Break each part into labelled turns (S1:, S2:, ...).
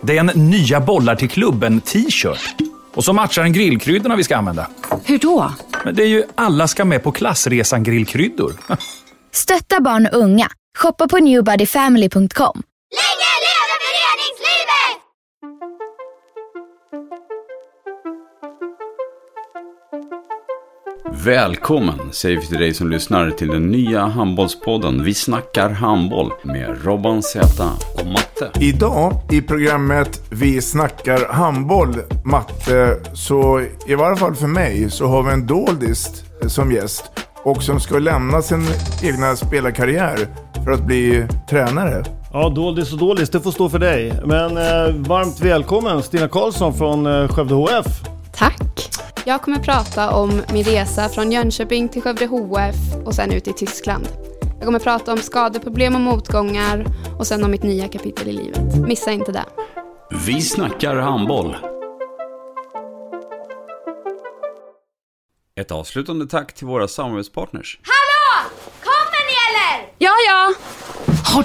S1: Det är en nya bollar till klubben-t-shirt. Och så matchar den grillkryddorna vi ska använda.
S2: Hur då?
S1: Men det är ju alla ska med på klassresan grillkryddor.
S3: Stötta barn och unga. Shoppa på newbodyfamily.com.
S4: Länge leve föreningslivet!
S5: Välkommen säger vi till dig som lyssnar till den nya handbollspodden Vi snackar handboll med Robban Z och Matte.
S6: Idag i programmet Vi snackar handboll, Matte, så i varje fall för mig så har vi en doldist som gäst och som ska lämna sin egna spelarkarriär för att bli tränare.
S7: Ja, doldis och doldis, det får stå för dig. Men eh, varmt välkommen Stina Karlsson från eh, Skövde HF.
S8: Tack! Jag kommer prata om min resa från Jönköping till Skövde HF och sen ut i Tyskland. Jag kommer prata om skadeproblem och motgångar och sen om mitt nya kapitel i livet. Missa inte det.
S5: Vi snackar handboll. Ett avslutande tack till våra samarbetspartners.
S4: Hallå! Kommer ni eller?
S8: Ja, ja!
S2: Har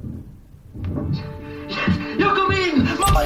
S9: Jag kom in! Mamma,